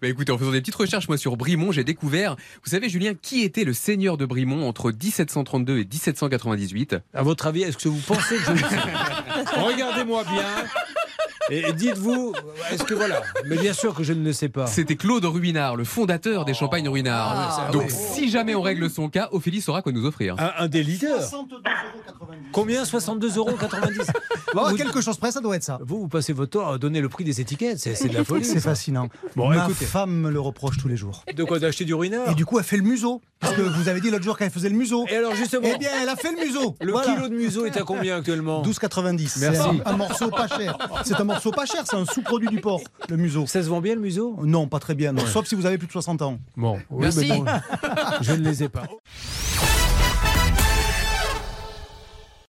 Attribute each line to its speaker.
Speaker 1: Bah écoutez, en faisant des petites recherches, moi, sur Brimont, j'ai découvert, vous savez, Julien, qui était le seigneur de Brimont entre 1732 et 1798
Speaker 2: À votre avis, est-ce que vous pensez que je le sais Regardez-moi bien. Et dites-vous, est-ce que voilà Mais bien sûr que je ne le sais pas.
Speaker 1: C'était Claude Ruinard, le fondateur des Champagnes Ruinard.
Speaker 2: Oh. Ah ouais, ça-
Speaker 1: Donc,
Speaker 2: ah
Speaker 1: si jamais on règle son cas, Ophélie saura quoi nous offrir.
Speaker 2: Un, un des leaders.
Speaker 3: 62,90
Speaker 2: Combien 62,90 euros
Speaker 3: Bon, à
Speaker 2: Vous-
Speaker 3: quelque chose près, ça doit être ça.
Speaker 2: Vous, vous passez votre temps à donner le prix des étiquettes, c'est c'est de la folie.
Speaker 3: C'est fascinant.
Speaker 2: Bon,
Speaker 3: Ma
Speaker 2: écoutez.
Speaker 3: femme me le reproche tous les jours.
Speaker 2: De quoi d'acheter du ruinard
Speaker 3: Et du coup, elle fait le museau. Parce que vous avez dit l'autre jour qu'elle faisait le museau.
Speaker 2: Et alors justement,
Speaker 3: Eh bien, elle a fait le museau.
Speaker 2: le
Speaker 3: Voilà.
Speaker 2: kilo de museau est à combien actuellement
Speaker 3: 12,90. C'est
Speaker 2: Merci.
Speaker 3: un, un morceau pas cher. C'est un morceau pas cher, c'est un sous-produit du porc, le museau.
Speaker 2: Ça se vend bien le museau
Speaker 3: Non, pas très bien, non. sauf si vous avez plus de 60 ans.
Speaker 2: Bon, oui,
Speaker 4: Merci.
Speaker 2: mais bon, je ne les ai pas.